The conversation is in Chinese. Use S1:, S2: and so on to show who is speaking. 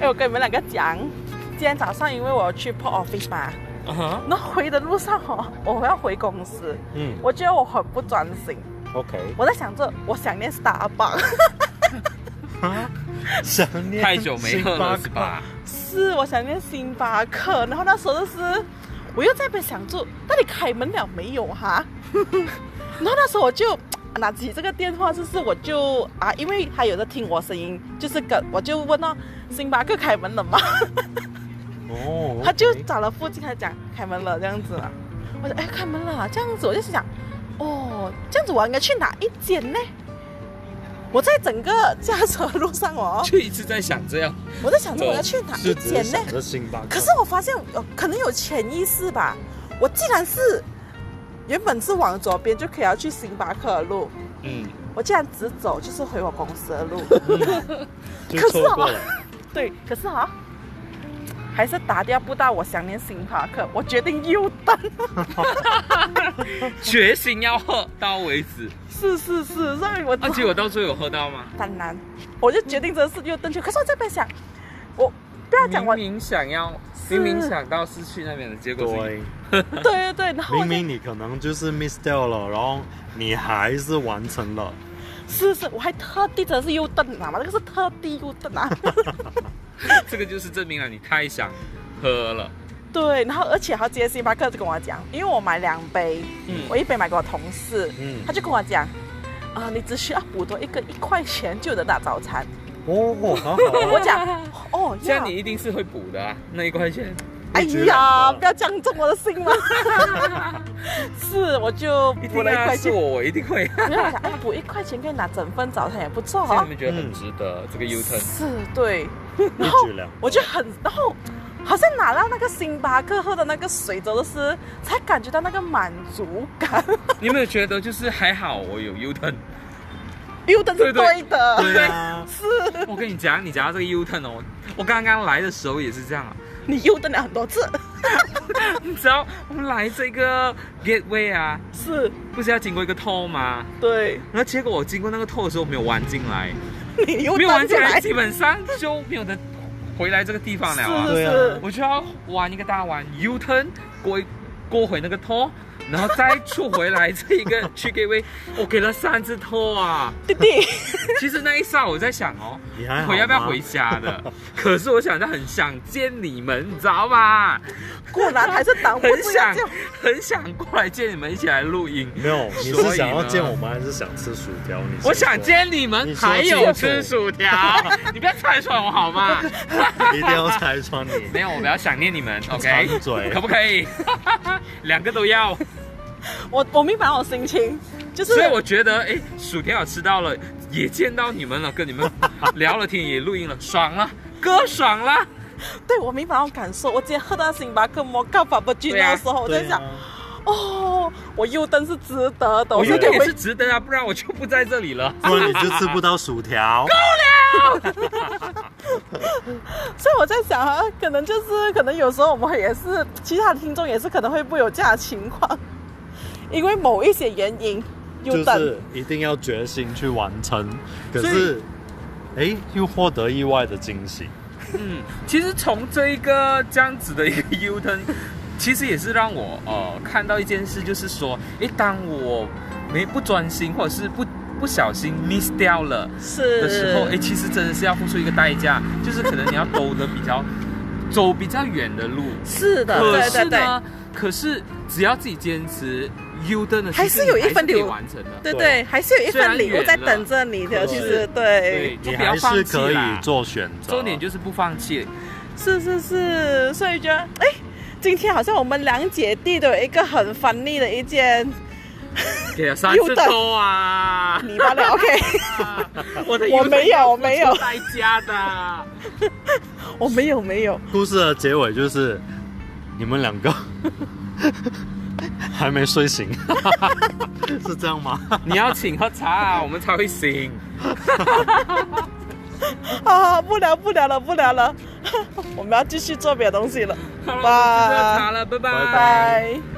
S1: 哎，我跟你们两个讲，今天早上因为我去 port office 嘛，
S2: 嗯哼，
S1: 那回的路上哦，我要回公司，
S2: 嗯
S1: 我觉得我很不专心，
S2: ，OK，
S1: 我在想着我想念 Starbucks，
S3: 啊， 想念
S2: 太久没喝了
S3: 星
S2: 是
S3: 巴克？
S2: 吧？
S1: 是我想念星巴克，然后那时候就是我又在那边想着到底开门了没有哈， 然后那时候我就。拿起这个电话，就是我就啊，因为他有在听我声音，就是跟我就问到星巴克开门了吗？
S3: 哦，
S1: 他就
S3: OK
S1: 找了附近，他讲开门了这样子了。我说哎，开门了这样子，我就是想，哦，这样子我应该去哪一间呢？我在整个驾车路上哦，
S2: 就一直在想这样，
S1: 我在想着我要去哪一
S3: 是只
S1: 间
S3: 是
S1: 呢
S3: 想？着星巴克，
S1: 可是我发现有可能有潜意识吧，我既然是原本是往左边就可以要去星巴克的路，
S2: 嗯，
S1: 我竟然直走就是回我公司的 路。
S3: 就
S2: 啊
S3: 错过 了。
S1: 对，可是啊，还是打掉不到我想念星巴克，我决定右转。
S2: 决心要喝到为止。
S1: 是是是，所以我
S2: 啊，结果到最后有喝到吗？
S1: 当然，我就决定这是右灯去。可是我这边想，我不要讲我，
S2: 明明想要，
S1: 是
S2: 明明想到是去那边的，结果是
S3: 对，
S1: 对对对，然后我
S3: 明
S1: 就
S3: 明你可能就是 miss 掉了，然后你还是完成了。
S1: 是是，我还特地真的是右灯，你知道吗？那个是特地右灯啊。
S2: 这个就是证明了你太想喝了。
S1: 对，然后而且他今天星巴克就跟我讲，因为我买两杯，
S2: 嗯
S1: 我一杯买给我同事，
S3: 嗯
S1: 他就跟我讲，啊、你只需要补多一个一块钱就能打早餐。
S3: 哦，好好
S1: 我讲，哦，
S2: 这样
S1: 要
S2: 你一定是会补的啊，那一块钱。
S1: 哎
S3: 你觉得
S1: 呀，
S3: 好
S1: 不要讲中我的心嘛。是，我就
S2: 一
S1: 补
S2: 定
S1: 了一
S2: 啊，
S1: 块
S2: 是
S1: 钱。
S2: 我，我一定会。
S1: 没有我想，哎，补一块钱可以拿整份早餐也不错
S2: 这样
S1: 哦
S2: 你。们觉得很值得这个 U turn？
S1: 是，对。然
S3: 一
S1: 后
S3: 举两
S1: 我就很，然后好像拿到那个星巴克喝的那个水，真的是才感觉到那个满足感。
S2: 你有没有觉得就是还好我有 U turn？
S1: 又的是
S2: 对对
S1: 对的，
S3: 对啊，
S1: 是
S2: 我跟你讲，你讲到这个 U turn 哦，我刚刚来的时候也是这样啊。
S1: 你又等了很多次，
S2: 你知道我们来这个 gateway 啊，
S1: 是
S2: 不是要经过一个 toll 吗？
S1: 对，
S2: 然后结果我经过那个 toll 的时候没有弯进来，
S1: 你又
S2: 没有
S1: 等
S2: 弯进
S1: 进
S2: 来，
S1: 来，
S2: 基本上就没有得回来这个地方了啊。
S1: 是
S3: 对啊
S1: 是，
S2: 我就要弯一个大弯 U turn 过一过回那个 toll，然后再出回来这一个 去 gateway，我给了三次 toll 啊。
S1: 弟弟，
S2: 其实那一刹我在想哦
S3: 你还好，吗
S2: 我要不要回家的？可是我想到很想见你们，你知道吗？
S1: 果然还是挡不
S2: 很
S1: 住啊
S2: 想
S1: 这样
S2: 很想过来见你们一起来录音。
S3: 没有，你
S2: 所以呢
S3: 是想要见我们，还是想吃薯条？你先说
S2: 我想，见你们，
S3: 你说
S2: 还有
S3: 清
S2: 吃
S3: 楚
S2: 薯条，你不要拆穿我好 吗？
S3: 一定要拆穿你。
S2: 没有，我比较想念你们，OK？
S3: 张嘴
S2: 可不可以？ 两个都要，
S1: 我我明白我心情，就是
S2: 所以我觉得，哎，薯条吃到了，也见到你们了，跟你们聊了天，也录音了，爽了，哥爽了，
S1: 对我明白我感受。我今天喝到星巴克摩卡法布奇
S2: 对啊
S1: 诺的时候，我在
S3: 对
S1: 想，
S3: 啊，
S1: 哦，我右灯是值得的，
S2: 我觉
S1: 是
S2: 得
S1: 可以
S2: 也
S1: 回
S2: 是值得啊，不然我就不在这里了。
S3: 不然你就吃不到薯条。
S1: 所以我在想啊，可能就是可能有时候我们也是，其他的听众也是可能会不会有这样的情况，因为某一些原因，
S3: 就
S1: 又等、
S3: 是一定要决心去完成。可
S2: 所以
S3: 是，哎，又获得意外的惊喜。
S2: 嗯，其实从这一个这样子的一个 U turn，其实也是让我呃看到一件事，就是说，诶，当我没不专心或者是不不小心 miss 掉了
S1: 是
S2: 的时候，诶，其实真的是要付出一个代价，就是可能你要走的比较走比较远的路，
S1: 是的，
S2: 可
S1: 对
S2: 是
S1: 对对，
S2: 呢，可是只要自己坚持 U turn 的时候，
S1: 还是有一分
S2: 你还是可以
S1: 留
S2: 完成的。
S1: 对对，还是有一
S2: 虽然
S1: 份礼
S2: 远
S1: 物在
S2: 了
S1: 等着你的，
S3: 可
S1: 其
S3: 是
S1: 实对
S2: 对，，就
S3: 你
S2: 不要
S3: 还
S2: 放
S3: 是
S2: 弃
S3: 可以
S2: 啦。
S3: 做选择。
S2: 重
S1: 啊
S2: 点就是不放弃，
S1: 是是是，所以觉得哎，今天好像我们两姐弟都有一个很烦腻的一件，
S2: 给了三次
S1: U turn
S2: 多啊！
S1: 你 罢了，OK，
S2: 我的
S1: 我没有我没有
S2: 代价的，
S1: 我哦没有没有，
S3: 故事的结尾就是你们两个 还没睡 醒，是这样吗？
S2: 你要请喝茶、啊，我们才会醒。
S1: 啊，不聊不聊了 不聊了，我们要继续做别的东西了，
S2: 好了，我们去喝
S1: 拜
S2: 茶了，拜拜
S3: 拜
S1: 拜。